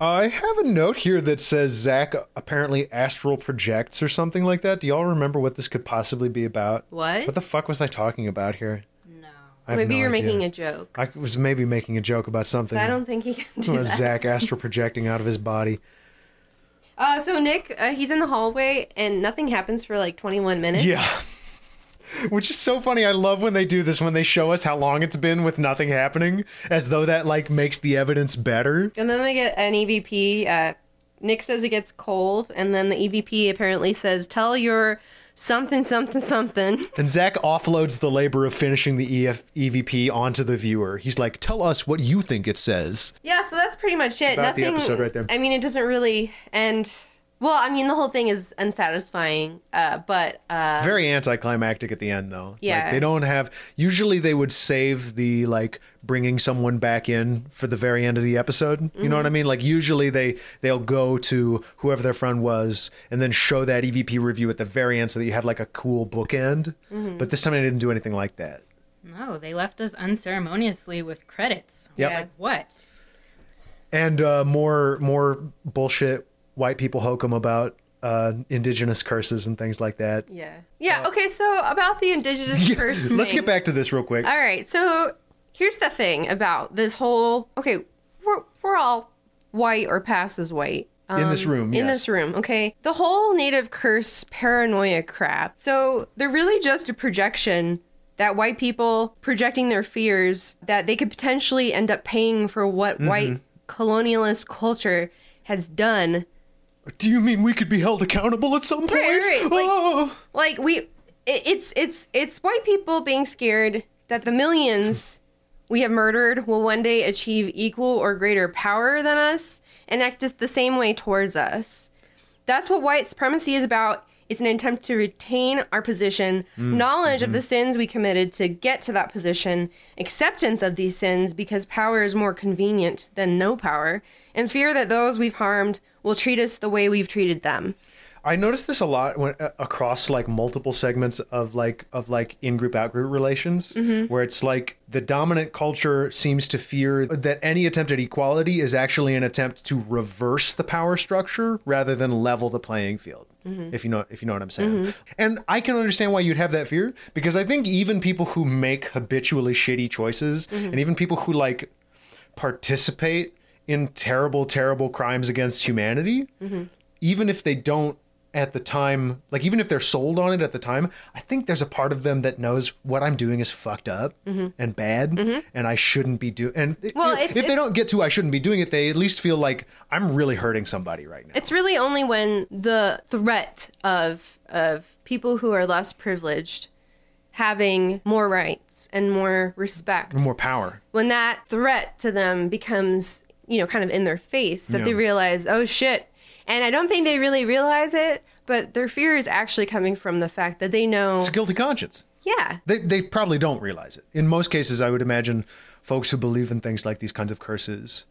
A: I have a note here that says Zach apparently astral projects or something like that. Do y'all remember what this could possibly be about?
B: What?
A: What the fuck was I talking about here?
C: No,
A: I have
B: Maybe
A: no
B: you're
A: idea.
B: making a joke.
A: I was maybe making a joke about something.
B: I don't think he can do
A: Or
B: that.
A: Zach astral projecting out of his body.
B: Uh, so Nick, uh, he's in the hallway and nothing happens for like 21 minutes.
A: Yeah. Which is so funny. I love when they do this when they show us how long it's been with nothing happening, as though that like makes the evidence better.
B: And then they get an EVP. Uh, Nick says it gets cold, and then the EVP apparently says, "Tell your something, something, something."
A: And Zach offloads the labor of finishing the E EF- EVP onto the viewer. He's like, "Tell us what you think it says."
B: Yeah, so that's pretty much it.
A: about the
B: Nothing.
A: episode right there.
B: I mean, it doesn't really end. Well, I mean, the whole thing is unsatisfying. Uh, but uh,
A: very anticlimactic at the end though like,
B: Yeah.
A: they don't have usually they would save the like bringing someone back in for the very end of the episode you know what i mean like usually they they'll go to whoever their friend was and then show that evp review at the very end so that you have like a cool bookend but this time they didn't do anything like that
C: no, they left us unceremoniously with credits.
A: Yep.
B: Yeah.
C: Like what?
A: and uh, more more bullshit white people hokum about uh, indigenous curses and things like that
B: yeah, yeah. Okay, so about the indigenous curse.
A: Uh, let's
B: thing.
A: get back to this real quick
B: All right, so here's the thing about this whole. Okay, we're we're all white or past as white.
A: In this room,
B: Um, In
A: yes.
B: this room, okay? The whole native curse paranoia crap. So they're really just a projection that white people projecting their fears that they could potentially end up paying for what
A: Mm-hmm.
B: white colonialist culture has done.
A: do you mean we could be held accountable at some point
B: Right, right, like-
A: Oh.
B: Like we it, it's it's it's white people being scared that the millions we have murdered will one day achieve equal or greater power than us and act just the same way towards us. That's what white supremacy is about. It's an attempt to retain our position, knowledge of the sins we committed to get to that position, acceptance of these sins because power is more convenient than no power, and fear that those we've harmed will treat us the way we've treated them.
A: I noticed this a lot when a- across like multiple segments of like of like in group out group relations, where it's like the dominant culture seems to fear that any attempt at equality is actually an attempt to reverse the power structure rather than level the playing field. If you know if you know what I'm saying, and I can understand why you'd have that fear because I think even people who make habitually shitty choices and even people who like participate in terrible, terrible crimes against humanity, even if they don't at the time, like even if they're sold on it at the time, I think there's a part of them that knows what I'm doing is fucked up and bad, and I shouldn't be doing. And
B: Well,
A: if,
B: it's-
A: if they
B: it's-
A: don't get to, I shouldn't be doing it. They at least feel like I'm really hurting somebody right now.
B: It's really only when the threat of of people who are less privileged having more rights and more respect
A: More power.
B: when that threat to them becomes, you know, kind of in their face that they
A: Yeah.
B: realize, "Oh shit." And I don't think they really realize it, but their fear is actually coming from the fact that they know
A: It's a guilty conscience.
B: yeah.
A: They, they probably don't realize it. In most cases, I would imagine folks who believe in things like these kinds of curses,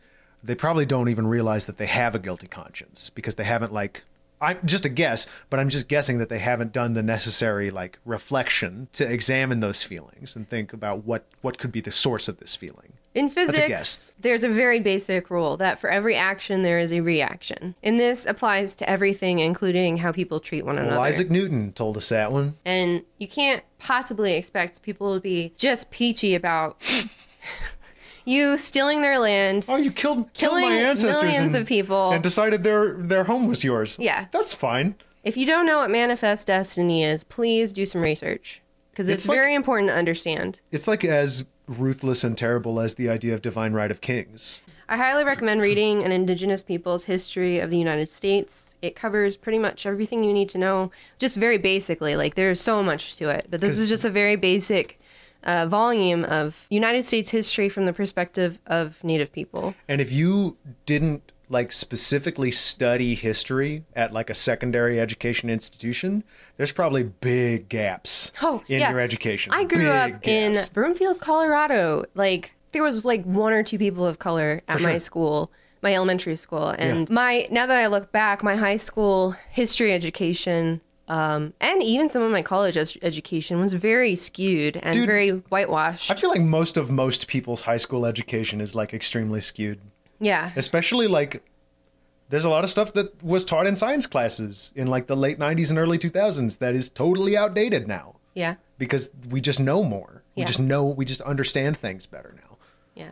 A: they probably don't even realize that they have a guilty conscience because they haven't like I'm just a guess, but I'm just guessing that they haven't done the necessary like reflection to examine those feelings and think about what what could be the source of this feeling.
B: In
A: a
B: physics,
A: guess.
B: there's a very basic rule that for every action, there is a reaction. And this applies to everything, including how people treat one another.
A: Well, Isaac Newton told us that one.
B: And you can't possibly expect people to be just peachy about you stealing their land.
A: Oh, you killed
B: Killing
A: killed my ancestors
B: millions
A: and-
B: of people.
A: and decided their their home was yours.
B: Yeah.
A: that's fine.
B: If you don't know what manifest destiny is, please do some research because it's,
A: It's like-
B: very important to understand.
A: It's like as ruthless and terrible as the idea of divine right of kings.
B: I highly recommend reading an Indigenous Peoples History of the United States. It covers pretty much everything you need to know, just very basically. Like, there's so much to it, but this is just a very basic uh, volume of United States history from the perspective of Native people.
A: And if you didn't like specifically study history at like a secondary education institution, there's probably big gaps
B: Oh,
A: in
B: yeah.
A: your education.
B: I grew
A: Big
B: up in
A: gaps.
B: Broomfield, Colorado. Like there was like one or two people of color at my
A: sure.
B: school, my elementary school, and my now that I look back, my high school history education. Um, and even some of my college ed- education was very skewed and
A: Dude.
B: very whitewashed.
A: I feel like most of most people's high school education is like extremely skewed,
B: yeah.
A: especially like there's a lot of stuff that was taught in science classes in like the late 90s and early 2000s that is totally outdated now
B: Yeah.
A: because we just know more.
B: Yeah.
A: We just know, we just understand things better now.
B: Yeah.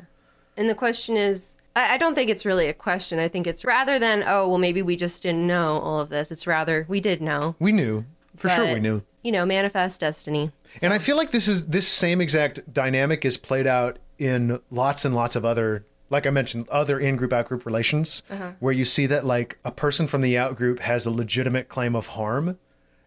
B: And the question is I, I don't think it's really a question. I think it's rather than, oh, well, maybe we just didn't know all of this. It's rather, we did know.
A: We knew. For sure
B: but,
A: we knew.
B: You know, manifest destiny.
A: And I feel like this is this same exact dynamic is played out in lots and lots of other, like I mentioned, other in-group out-group relations,
B: Uh-huh.
A: where you see that like a person from the out-group has a legitimate claim of harm,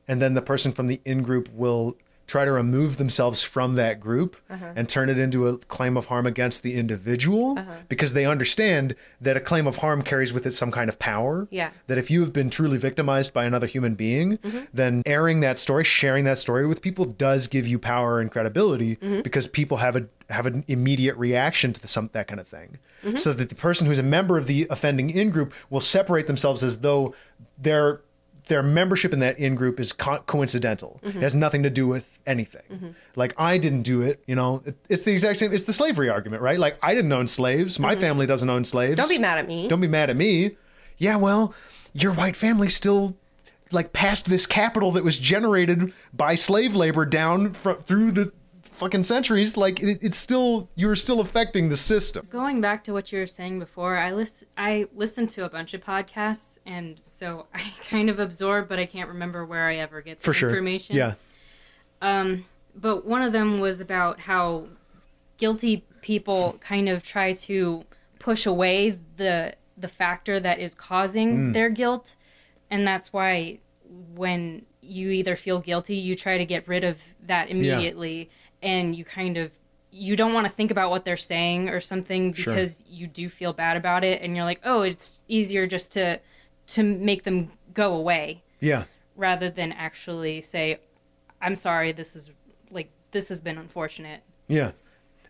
A: and then the person from the in-group will try to remove themselves from that group
B: Uh-huh.
A: and turn it into a claim of harm against the individual
B: Uh-huh.
A: because they understand that a claim of harm carries with it some kind of power
B: Yeah.
A: that if you have been truly victimized by another human being,
B: Mm-hmm.
A: then airing that story, sharing that story with people does give you power and credibility
B: Mm-hmm.
A: because people have a have an immediate reaction to the, some that kind of thing.
B: Mm-hmm.
A: So that the person who's a member of the offending in group will separate themselves as though their their membership in that in group is co- coincidental.
B: Mm-hmm.
A: It has nothing to do with anything. Like I didn't do it, you know. It, it's the exact same. It's the slavery argument, right? Like I didn't own slaves. My family doesn't own slaves.
B: Mm-hmm. Don't be mad at me.
A: Don't be mad at me. Yeah, well, your white family still like passed this capital that was generated by slave labor down fr- through the fucking centuries. Like it, it's still you're still affecting the system.
C: Going back to what you were saying before, I listen I listened to a bunch of podcasts and so I kind of absorb but I can't remember where I ever get the
A: For sure.
C: information.
A: Yeah.
C: Um, but one of them was about how guilty people kind of try to push away the the factor that is causing their guilt, and that's why when you either feel guilty, you try to get rid of that immediately, and you kind of you don't want to think about what they're saying or something
A: Sure.
C: because you do feel bad about it, and you're like, oh, it's easier just to to make them go away
A: Yeah.
C: rather than actually say, "I'm sorry, this is like this has been unfortunate."
A: Yeah.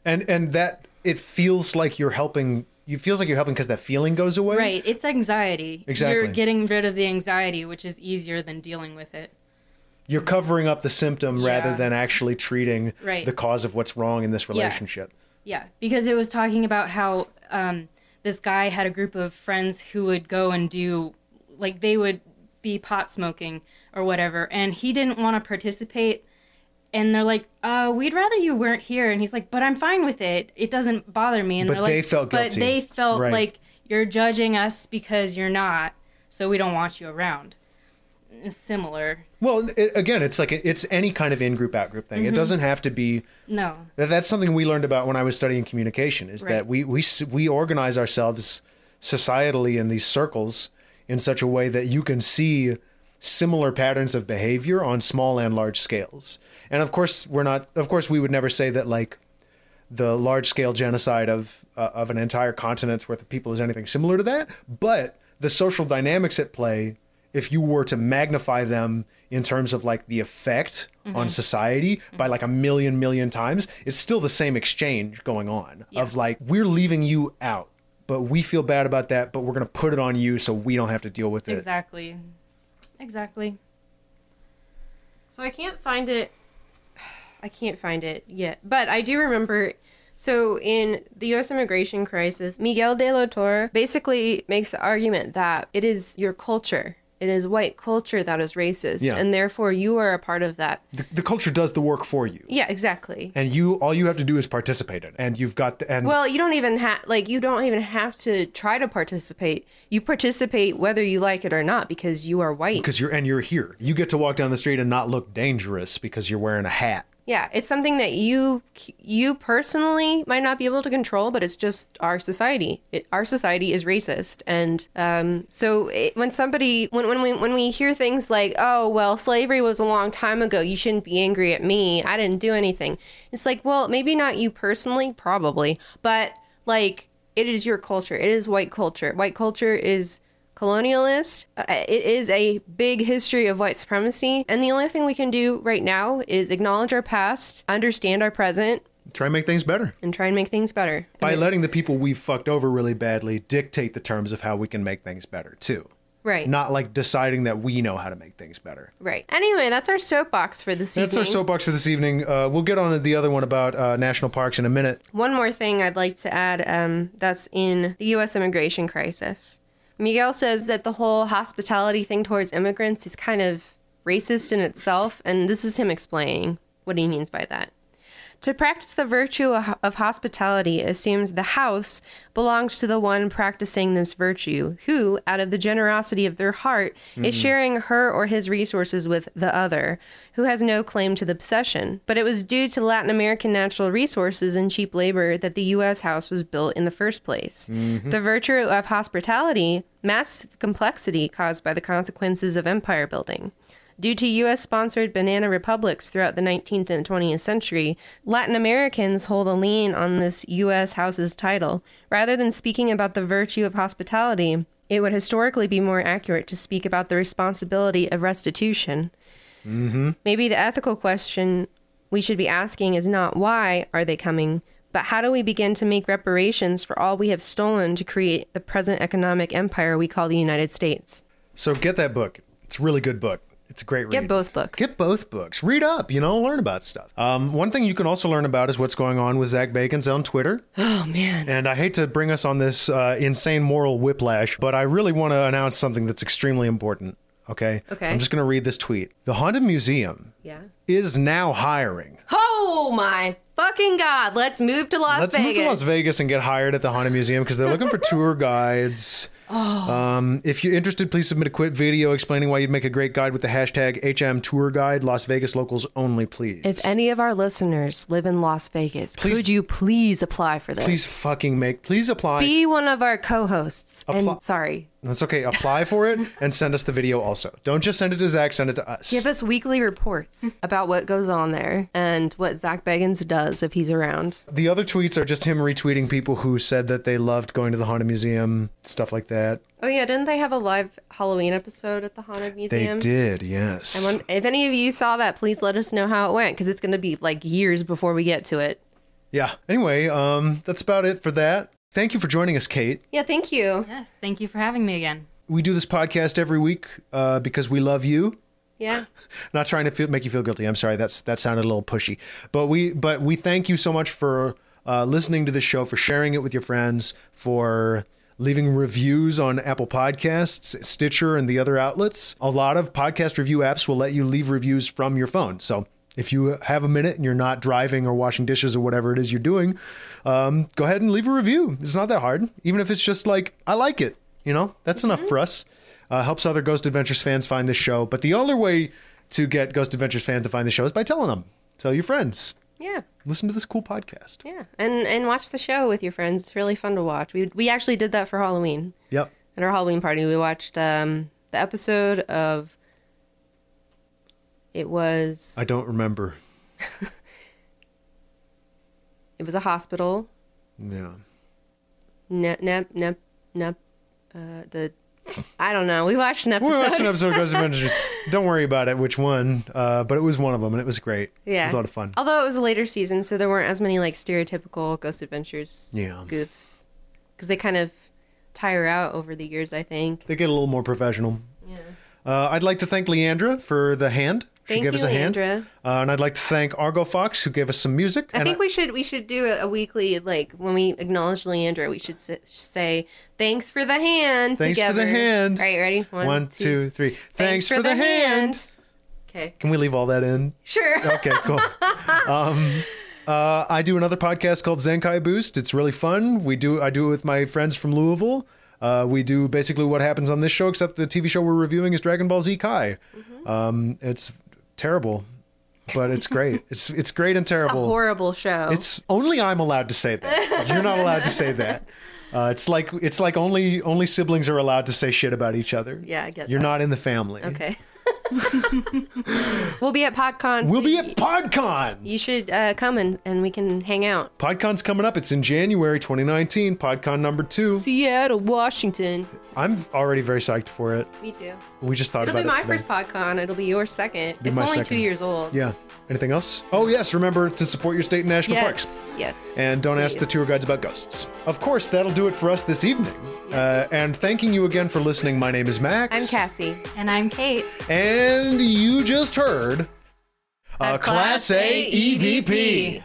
A: And and that it feels like you're helping. You feels like you're helping because that feeling goes away.
C: Right? It's anxiety.
A: Exactly.
C: You're getting rid of the anxiety, which is easier than dealing with it.
A: You're covering up the symptom rather
C: Yeah.
A: than actually treating
C: Right.
A: the cause of what's wrong in this relationship.
C: Yeah, because it was talking about how um, this guy had a group of friends who would go and do, like, they would be pot smoking or whatever, and he didn't want to participate. And they're like, uh, we'd rather you weren't here. And he's like, but I'm fine with it. It doesn't bother me. And
A: But
C: they're like,
A: they felt
C: But
A: guilty."
C: they felt
A: Right.
C: like you're judging us because you're not, so we don't want you around. It's similar.
A: Well, it, again, it's like it's any kind of in group out group thing.
C: Mm-hmm.
A: It doesn't have to be
C: No.
A: That- That's something we learned about when I was studying communication is that
C: Right.
A: we, we, s- we organize ourselves societally in these circles in such a way that you can see similar patterns of behavior on small and large scales. And of course, we're not, of course, we would never say that like the large scale genocide of, uh, of an entire continent's worth of people is anything similar to that. But the social dynamics at play, if you were to magnify them in terms of like the effect on society by like a million million times it's still the same exchange going on of like we're leaving you out but we feel bad about that but we're going to put it on you so we don't have to deal with it
C: Exactly. exactly.
B: So I can't find it. I can't find it yet, but I do remember. So in the U.S. immigration crisis, Miguel de la Torre basically makes the argument that it is your culture, it is white culture that is racist,
A: Yeah.
B: and therefore you are a part of that.
A: The, the culture does the work for you,
B: Yeah, exactly.
A: and you all you have to do is participate in it, and you've got the, and
B: Well, you don't even have like you don't even have to try to participate. You participate whether you like it or not because you are white.
A: because you're and you're here, you get to walk down the street and not look dangerous because you're wearing a hat.
B: Yeah, it's something that you you personally might not be able to control, but it's just our society. It, our society is racist, and um, so it, when somebody when when we when we hear things like, "Oh, well, slavery was a long time ago. You shouldn't be angry at me. I didn't do anything." It's like, well, maybe not you personally, probably, but like it is your culture. It is white culture. White culture is colonialist. Uh, It is a big history of white supremacy. And the only thing we can do right now is acknowledge our past, understand our present,
A: Try and make things better
B: and try and make things better.
A: by letting the people we've fucked over really badly dictate the terms of how we can make things better too.
B: Right.
A: Not like deciding that we know how to make things better.
B: right. Anyway, that's our soapbox for this
A: That's our
B: evening.
A: soapbox for this evening. Uh, we'll get on to the other one about uh, national parks in a minute.
B: One more thing I'd like to add um, that's in the U.S. immigration crisis. Miguel says that the whole hospitality thing towards immigrants is kind of racist in itself, and this is him explaining what he means by that. To practice the virtue of of hospitality assumes the house belongs to the one practicing this virtue, who, out of the generosity of their heart, is sharing her or his resources with the other, who has no claim to the possession. But it was due to Latin American natural resources and cheap labor that the U.S. house was built in the first place. The virtue of hospitality masks the complexity caused by the consequences of empire building. Due to U.S. sponsored banana republics throughout the 19th and 20th century, Latin Americans hold a lien on this U.S. house's title. Rather than speaking about the virtue of hospitality, it would historically be more accurate to speak about the responsibility of restitution. Maybe the ethical question we should be asking is not why are they coming, but how do we begin to make reparations for all we have stolen to create the present economic empire we call the United States?
A: So get that book. It's a really good book. It's a great read.
B: Get both books.
A: Get both books. Read up, you know, learn about stuff. Um, one thing you can also learn about is what's going on with Zach Bacon's on Twitter.
B: oh, man.
A: And I hate to bring us on this uh, insane moral whiplash, but I really want to announce something that's extremely important. Okay.
B: Okay.
A: I'm just going to read this tweet. The Haunted Museum
B: Yeah.
A: is now hiring.
B: Oh my fucking god! Let's move to Las
A: Let's
B: Vegas.
A: move to Las Vegas and get hired at the Haunted Museum because they're looking for tour guides.
B: Oh.
A: Um, if you're interested, please submit a quick video explaining why you'd make a great guide with the hashtag HM Tour Guide Las Vegas Locals Only, please.
B: If any of our listeners live in Las Vegas,
A: Please-
B: could you please apply for this?
A: please fucking make, please apply.
B: be one of our co-hosts.
A: Apply-
B: And sorry,
A: That's okay. Apply for it and send us the video also. Don't just send it to Zach, send it to us.
B: give us weekly reports about what goes on there and what Zach Bagans does if he's around.
A: the other tweets are just him retweeting people who said that they loved going to the Haunted Museum, stuff like that.
B: Oh yeah, didn't they have a live Halloween episode at the Haunted
A: They
B: Museum?
A: did, yes.
B: I wonder- If any of you saw that, please let us know how it went because it's going to be like years before we get to it.
A: yeah. Anyway, um, that's about it for that. Thank you for joining us, Kate.
B: Yeah, thank you.
C: Yes, thank you for having me again.
A: we do this podcast every week uh, because we love you.
B: Yeah.
A: Not trying to feel, make you feel guilty. I'm sorry. That's that sounded a little pushy, but we but we thank you so much for uh, listening to this show, for sharing it with your friends, for leaving reviews on Apple Podcasts, Stitcher, and the other outlets. A lot of podcast review apps will let you leave reviews from your phone. So if you have a minute and you're not driving or washing dishes or whatever it is you're doing, um, go ahead and leave a review. It's not that hard, even if it's just like I like it. You know, that's enough for us. Uh, helps other Ghost Adventures fans find this show. But the only way to get Ghost Adventures fans to find the show is by telling them. Tell your friends.
B: Yeah.
A: Listen to this cool podcast.
B: Yeah, and and watch the show with your friends. It's really fun to watch. We we actually did that for Halloween
A: Yep.
B: at our Halloween party. We watched um, the episode of it was
A: I don't remember.
B: it was a hospital.
A: Yeah.
B: Ne- ne- ne- ne- uh, the I don't know. We watched an
A: We
B: episode.
A: watched an episode of Ghost Adventures. Don't worry about it, which one. Uh, but it was one of them, and it was great. It
B: yeah,
A: was a lot of fun.
B: Although it was a later season, so there weren't as many like stereotypical Ghost Adventures
A: Yeah.
B: goofs because they kind of tire out over the years. I think.
A: They get a little more professional.
B: Yeah.
A: Uh, I'd like to thank Leandra for the hand. She
B: Thank
A: gave
B: you,
A: us a hand.
B: Leandra.
A: Uh, and I'd like to thank Argo Fox, who gave us some music.
B: I
A: and
B: think we should we should do a, a weekly like when we acknowledge Leandra, we should s- say thanks for the hand.
A: Thanks for the
B: together.
A: hand.
B: All right, ready?
A: One, two, three. Thanks, for, the, hand.
B: Okay,
A: Can we leave all that in?
B: sure.
A: Okay, cool. um, uh, I do another podcast called Zenkai Boost. It's really fun. We do I do it with my friends from Louisville. Uh, we do basically what happens on this show, except the TV show we're reviewing is Dragon Ball Z Kai.
B: Mm-hmm.
A: Um, it's terrible, but it's great. it's it's great and
B: It's a
A: terrible.
B: horrible show.
A: It's only I'm allowed to say that. You're not allowed to say that. Uh, it's like it's like only only siblings are allowed to say shit about each other.
B: Yeah, I get
A: You're
B: that.
A: not in the family.
B: okay. we'll be at PodCon. so
A: We'll be
B: you-
A: at PodCon.
B: You should uh, come and, and we can hang out.
A: PodCon's coming up. It's in January 2019. PodCon number two.
B: Seattle, Washington.
A: I'm already very psyched for it.
B: Me too.
A: We just thought
B: It'll be
A: about
B: my
A: it. today.
B: first PodCon. It'll be your second.
A: Be
B: it's
A: my
B: only
A: second.
B: two years old.
A: Yeah. Anything else? Oh yes. Remember to support your state and national parks.
B: Yes. Yes.
A: and don't ask the
B: Please.
A: tour guides about ghosts. Of course, that'll do it for us this evening. Uh, and thanking you again for listening. My name is Max.
B: I'm Cassie.
C: And I'm Kate.
A: And you just heard
B: E
A: E
B: A Class A EVP.